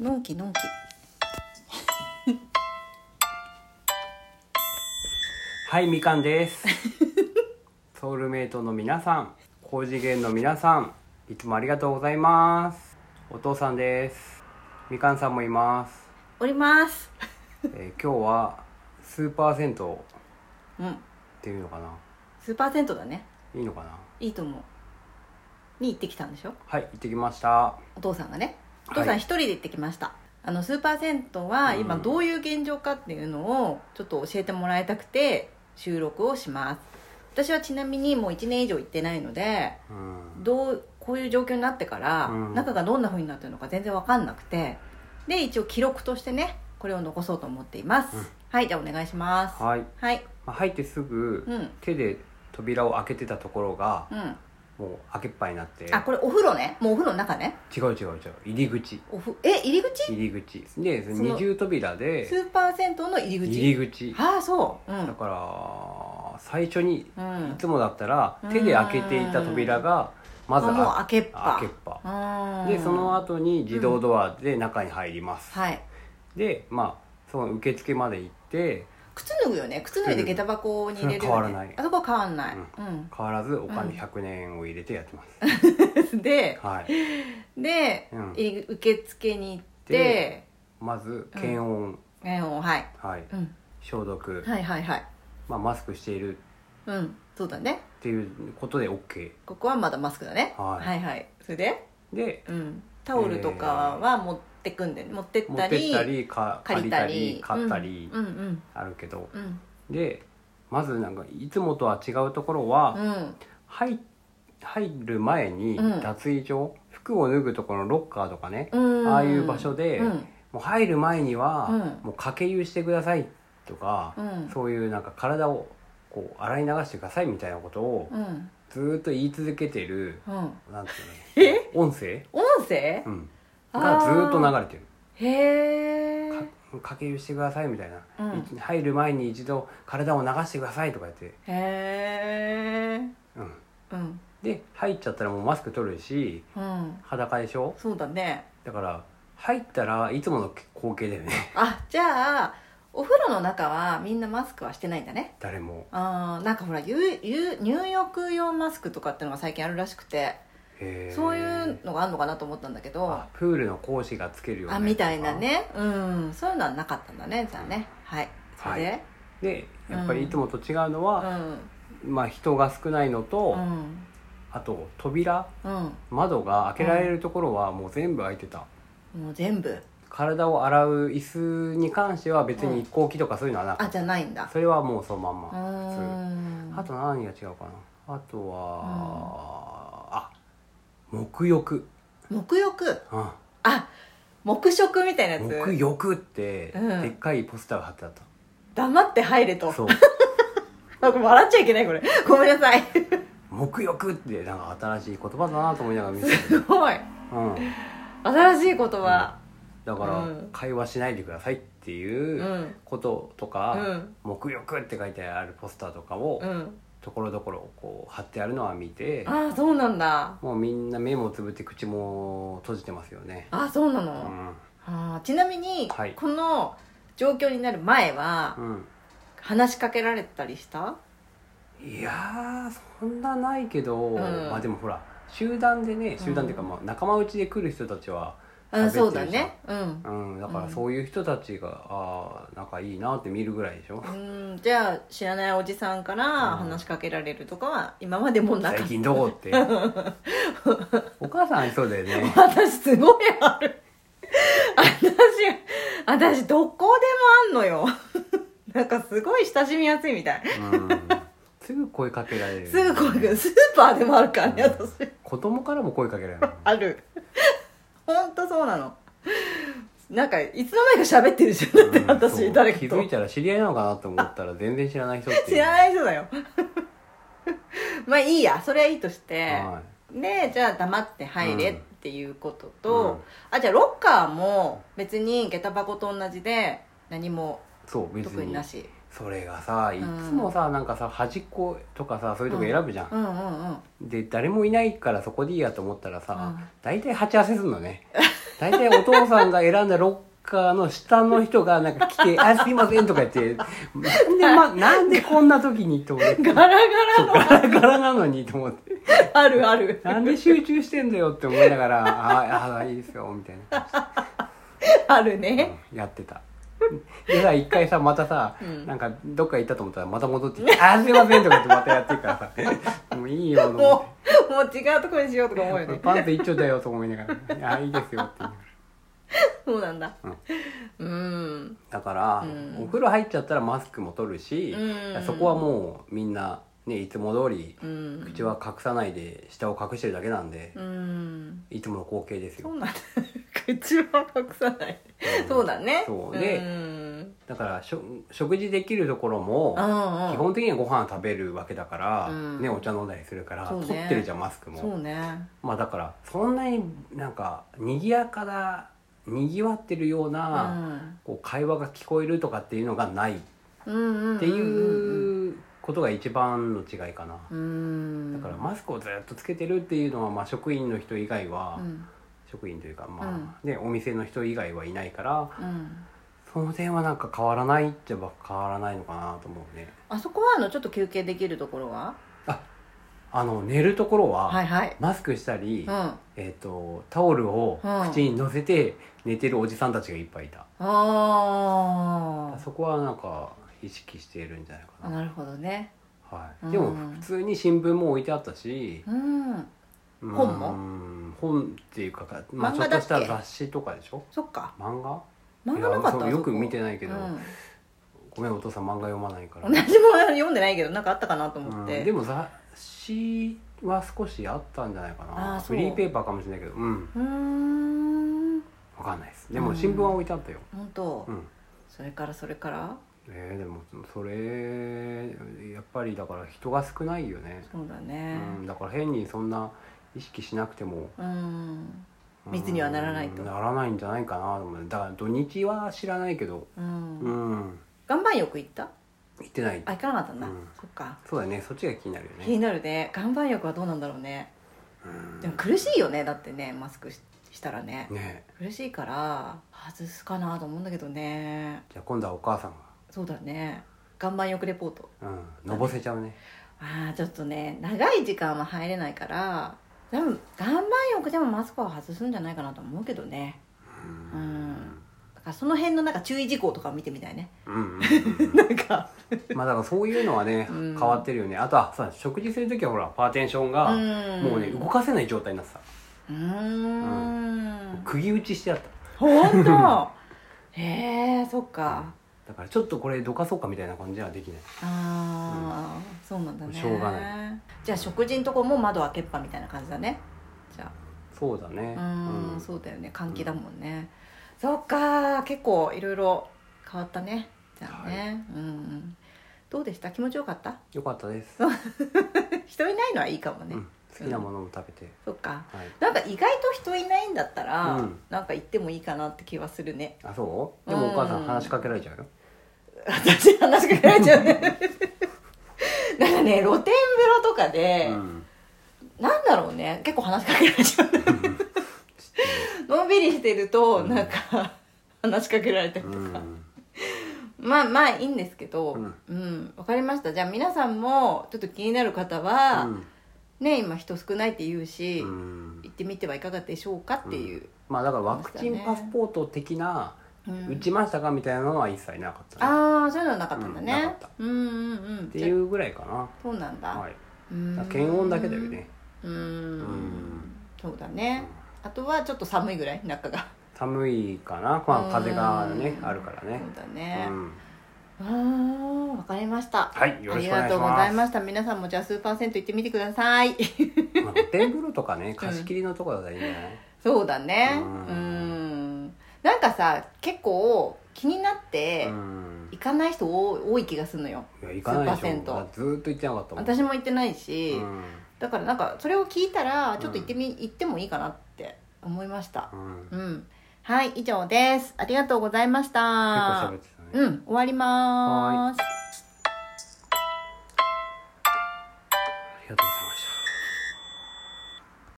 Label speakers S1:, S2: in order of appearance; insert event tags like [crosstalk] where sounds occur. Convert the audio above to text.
S1: のんきのんき
S2: はい、みかんです。 [laughs] ソウルメイトの皆さん、高次元の皆さん、いつもありがとうございます。お父さんです。みかんさんもいます。
S1: おります
S2: えー今日はスーパー銭湯っ
S1: うん
S2: ていうのかな。
S1: スーパーセントだね
S2: いいのかない
S1: いと思うに行ってきたんでしょ
S2: はい、行ってきました。
S1: お父さんがね
S2: は
S1: お
S2: い
S1: 父さん一人で行ってきました、あのスーパーセントは
S2: うん
S1: 今どういう現状かっていうのをちょっと教えてもらいたくて収録をします私はちなみにもう1年以上行ってないので
S2: うん。
S1: どうこういう状況になってから、
S2: うん
S1: 中がどんな風になってるのか全然わかんなくてで一応記録としてねこれを残そうと思っています、
S2: うん
S1: はいじゃあお願いします
S2: はい。
S1: はい
S2: まあ、入ってすぐ、
S1: うん
S2: 手で扉を開けてたところが、
S1: うん
S2: もう開けっぱになって、
S1: あこれお風呂ねもうお風呂の中ね
S2: 違う違う違う、入り口。
S1: おふえ入り口
S2: 入り口。で、
S1: その
S2: 二重扉
S1: ス
S2: で、
S1: ーパー銭湯の入り口
S2: 入り口。
S1: ああそううん
S2: だから最初にい
S1: うん
S2: つもだったら手で開けていた扉がまず
S1: あもう
S2: あ
S1: 開けっぱ
S2: 開けっぱ
S1: うん
S2: でその後に自動ドアで中に入ります、
S1: はい
S2: でまあその受付まで行って
S1: 靴脱ぐよね靴脱いで下駄箱に入れるよ、ね、
S2: それは変わらない
S1: あそこは変わらない、
S2: 変わらずお金
S1: うん
S2: 100円を入れてやってま
S1: う
S2: す、
S1: ん [laughs] で
S2: はい
S1: で、
S2: うん
S1: 入り受付に行って
S2: でまず検温、
S1: えーはい、
S2: はい
S1: うん、
S2: 消毒、
S1: はいはいはい
S2: まあ、マスクしているっ
S1: うんそうだね
S2: ていうことで OK
S1: ここはまだマスクだね、
S2: はい
S1: はいそれで、
S2: で
S1: うん、タオルとかは持ってくんで、持ってっ
S2: 持
S1: た
S2: ってっ
S1: り
S2: たりか
S1: 借
S2: 借
S1: り
S2: り
S1: た
S2: た
S1: り
S2: り買ったり
S1: うんうん
S2: あるけど、
S1: うん
S2: でまずなんかいつもとは違うところは、
S1: うん
S2: 入入る前に
S1: うん
S2: 脱衣所、服を脱ぐところのロッカーとかね、
S1: うん
S2: ああいう場所で、
S1: うん
S2: もう入る前には、
S1: うん
S2: もう掛け湯してくださいとか、
S1: うん
S2: そういうなんか体をこう洗い流してくださいみたいなことを
S1: うん
S2: ずーっと言い続けてる、
S1: うん
S2: なんていうの音声、
S1: 音声
S2: うん、
S1: あー
S2: がずーっと流れてる。
S1: へえ
S2: か掛け湯してくださいみたいな、
S1: うん
S2: い入る前に一度体を流してくださいとか言って、
S1: へえ
S2: うん、
S1: うん
S2: で入っちゃったらもうマスク取るし
S1: うん
S2: 裸でしょ
S1: そうだね
S2: だから入ったらいつもの光景だよね
S1: あじゃあお風呂の中はみんなマスクはしてないんだね
S2: 誰も
S1: あーなんかほらゆゆ入浴用マスクとかってのが最近あるらしくて
S2: へー
S1: そういうのがあるのかなと思ったんだけど
S2: あプールの講師がつけるような
S1: あみたいなねうんそういうのはなかったんだねじゃあねはいそれで、
S2: でやっぱりいつもと違うの
S1: う
S2: は、
S1: ん
S2: まあ、人が少ないのと、
S1: うん
S2: あと扉
S1: う
S2: 窓が開けられるところはもう全部開いてた、
S1: んもう全部
S2: 体を洗う椅子に関しては別に一向機とかそういうのはなか
S1: あ
S2: った、
S1: じゃないんだ
S2: それはもうそのまん
S1: う
S2: ま、
S1: ーん
S2: あと何が違うかなあとは、あ沐浴、
S1: 沐浴
S2: うん
S1: あ黙食みたいなやつ
S2: 沐浴って、
S1: うん
S2: でっかいポスターが貼ってあった
S1: 黙って入れと [laughs]
S2: そう
S1: なんか笑っちゃいけないこれごめんなさい [laughs]
S2: 沐浴ってなんか新しい言葉だなと思いながら見て
S1: すごい
S2: た、うん、
S1: 新しい言葉
S2: だから、
S1: うん
S2: 会話しないでくださいって
S1: う
S2: いうんことと
S1: う
S2: か
S1: ん
S2: 「沐浴」って書いてあるポスターとかを
S1: うん
S2: ところどころこう貼ってあるのは見て
S1: ああそうなんだ
S2: もうみんな目もつぶって口も閉じてますよね、
S1: ああそうな
S2: う
S1: の、
S2: ん
S1: あーちなみに、
S2: はい
S1: この状況になる前は、
S2: うん、
S1: 話しかけられたりした
S2: いやーそんなないけど、
S1: ん
S2: まあでもほら集団でね集団っていうか、まあ、仲間内で来る人たちは
S1: うん
S2: 喋ってるじゃん
S1: そうだねうん
S2: うん、だからそういう人たちが、ああ仲いいなって見るぐらいでしょ
S1: うんじゃあ知らないおじさんから話しかけられるとかは今までも [laughs] なかっ
S2: 最
S1: た
S2: 近どこって [laughs] お母さんありそうだよね
S1: 私すごいある私私どこでもあんのよなんかすごい親しみやすいみたい
S2: うんすぐ声かけられる
S1: すぐ声かけスーパーでもあるからね私
S2: 子供からも声かけられる
S1: ある本当そうなのなんかいつの間にか喋ってるじゃんだって [laughs] 私、
S2: うん
S1: 誰か
S2: 気
S1: と
S2: づいたら知り合いなのかなと思ったら全然知らない人っていう
S1: 知らない人だよ [laughs] まあいいやそれはいいとして
S2: は
S1: でじゃあ黙って入れ
S2: う
S1: っ
S2: ん
S1: ていうこと
S2: い
S1: と、
S2: うん
S1: あじゃあロッカーも別に下駄箱と同じで何も
S2: そう別
S1: 特に
S2: に
S1: なし
S2: それがさいつもさ、なんかさ端っことかさそういうとこ選ぶじゃん
S1: う、んうんうん
S2: で誰もいないからそこでいいやと思ったらさ、
S1: うん
S2: 大体鉢合わせすんのね大体お父さんが選んだロッカーの下の人がなんか来て「あすいません」とか言ってなんで,、
S1: [laughs]
S2: ま、なんでこんな時にと思って
S1: ガラガラの
S2: ガラガラなのにと思って
S1: あるある
S2: なんで集中してんだよって思いながら「ああいいですよ」みたいな
S1: あるね
S2: やってたでさ一回さまたさ、
S1: うん
S2: なんかどっか行ったと思ったらまた戻ってきて「あすいません」とか言ってまたやってるか
S1: [laughs]
S2: らさ「もういいよ」と思って
S1: もうもう違うところにしようとか思うよね
S2: パンツ一丁だよと思いながら「あいいですよ」って言いながら
S1: そうなんだ
S2: う
S1: う
S2: ん
S1: ん
S2: だから、
S1: うん
S2: お風呂入っちゃったらマスクも取るし、
S1: うん
S2: そこはもうみんな、ね、いつも通り
S1: うん
S2: 口は隠さないで下を隠してるだけなんで、
S1: うん
S2: いつもの光景です
S1: そ
S2: よ
S1: うなんだ口は隠さないそうだね
S2: そうで
S1: うん
S2: だからしょ食事できるところも
S1: うんうん
S2: 基本的にはご飯食べるわけだから、
S1: うん
S2: ね、お茶飲んだりするから、
S1: そうね
S2: 取ってるじゃんマスク
S1: そ
S2: も、
S1: うね
S2: まあだからそんなになんか賑やかだ賑わってるよう
S1: う
S2: な、
S1: ん
S2: こう会話が聞こえるとかっていうのがないっ
S1: うんうん
S2: ていうことが一番の違いかな、
S1: うん
S2: だからマスクをずっとつけてるっていうのは、まあ、職員の人以外は、
S1: うん
S2: 職員というか、まあねお店の人以外はいないから
S1: うん
S2: その点はなんか変わらないっちゃ変わらないのかなと思うね
S1: あそこはあのちょっと休憩できるところは
S2: あの寝るところは、
S1: はいはい
S2: マスクしたり、
S1: うんあ
S2: えっとタオルを口に乗せて寝てるおじさんたちがいっぱいいた、
S1: あ
S2: そこはなんか意識しているんじゃないかな、
S1: なるほどね
S2: はい、
S1: うん
S2: でも普通に新聞も置いてあったし、
S1: うん
S2: うん
S1: 本も
S2: 本っていうか、まあ、
S1: 漫
S2: ち
S1: 画
S2: ょっ
S1: だ
S2: と
S1: っけ
S2: した雑誌とかでしょ
S1: そっか
S2: 漫画
S1: 漫画なかっ
S2: い
S1: た
S2: やそうよく見
S1: る
S2: てないけど、ごめんお父さん漫画読まないから、
S1: 同じも読んでないけどなんかあったかなと思っ
S2: う
S1: て [laughs]
S2: んでも雑誌は少しあったんじゃないかな
S1: あーそ
S2: フ
S1: う
S2: リーペーパーかもしれないけどうん
S1: うーん
S2: わかんないですでも新聞は置いてあったよ
S1: 本当、
S2: うん、
S1: それからそれから
S2: えーでもそれやっぱりだから人が少ないよね、
S1: そうだ
S2: う
S1: ね
S2: ん、だから変にそんな意識しなくても
S1: うん、うん
S2: うん
S1: 密にはならないと
S2: ならないんじゃないかなと思うだから土日は知らないけどうん
S1: 岩盤浴行った
S2: 行ってない
S1: あ行かなかったんだ、
S2: うん
S1: そっか
S2: そうだねそっちが気になるよ
S1: 気に
S2: ね
S1: なるね岩盤浴はどうなんだろうね
S2: うん
S1: でも苦しいよねだってねマスクししたらね
S2: ね
S1: 苦しいから外すかなと思うんだけどね
S2: じゃあ今度はお母さん
S1: そうだね岩盤浴レポート
S2: がうんのぼせちゃうね
S1: ああちょっとね長い時間は入れないから多分岩盤浴でもマスクは外すんじゃないかなと思うけどね
S2: う
S1: うんんだからその辺のなんか注意事項とかを見てみたいね
S2: うんうんうんうん
S1: なんか
S2: まあだからそういうのはね
S1: うん
S2: 変わってるよねあとはさ食事する時はほらパーテンションが
S1: うん
S2: もうね動かせない状態になってた
S1: うーん
S2: 釘打ちしてあった
S1: 本当
S2: [laughs]
S1: へえそっか
S2: だからちょっとこれどかそうかみたいな感じはできない
S1: ああ、そうなんだね
S2: しょうが
S1: ないじゃあ食事のとこも窓開けっぱみたいな感じだねじゃ
S2: そうだね
S1: あうん、
S2: うん
S1: そうだよね換気だもんね、そっか結構いろいろ変わったねじゃあね、
S2: は
S1: うんうんどうでした気持ちよかった [laughs]
S2: よかったです
S1: 人いないのはいいかもね、
S2: うん好きなものを食べて
S1: そっか
S2: はい
S1: なんか意外と人いないんだったら、
S2: うん
S1: なんか行ってもいいかなって気はするね
S2: あそうでもお母さ
S1: うんん
S2: 話しかけられちゃうよ
S1: 私話しかけられちゃう
S2: [laughs]
S1: ねなんかね露天風呂とかで、
S2: うん
S1: なんだろうね結構話しかけられちゃう [laughs] のんびりしてると
S2: うん
S1: なんか話しかけられたり
S2: う
S1: とか、
S2: ん
S1: まあまあいいんですけど
S2: う
S1: うんん、わかりましたじゃあ皆さんもちょっと気になる方は、ね今人少ないって言うし、
S2: うん
S1: 行ってみてはいかがでしょうかっていう、
S2: まあだからワクチンパスポート的な
S1: うん
S2: 打ちましたかみたいなのは一切なかったね
S1: ああそういうのはなかったんだ
S2: うんなか
S1: ね
S2: った、
S1: うん、うんうん
S2: っていうぐらいか
S1: そうなんだ、
S2: なはい
S1: うん
S2: 検温だけだよね
S1: うん
S2: ん
S1: そうだね、あとはちょっと寒いぐらい中が
S2: 寒いかなまあ風がね
S1: うん
S2: あるから
S1: そう
S2: ね
S1: だ
S2: う
S1: ね、
S2: ん
S1: あーわかりました
S2: はいよろしくお
S1: ありが
S2: 願いし
S1: とうご
S2: ま
S1: ざい
S2: す
S1: ました皆さんもじゃあスーパー銭湯行ってみてください
S2: まあ露天風呂
S1: [laughs]
S2: とかね貸し切りのとこだったらいいんじゃない
S1: そうだね
S2: う
S1: うんんなんかさ結構気になって
S2: うん
S1: 行かない人多多い気がするのよ
S2: いや行かないでし
S1: スー
S2: ょ
S1: パー銭湯
S2: だってずーっと行ってなかったもん
S1: 私も行ってないし、
S2: うん
S1: だからなんかそれを聞いたらちょっと行ってみ、行ってもいいかなって思いました
S2: うん
S1: う
S2: 結
S1: ん、はい以上ですありがとうございました
S2: 構喋ってたね
S1: うん終わりまーす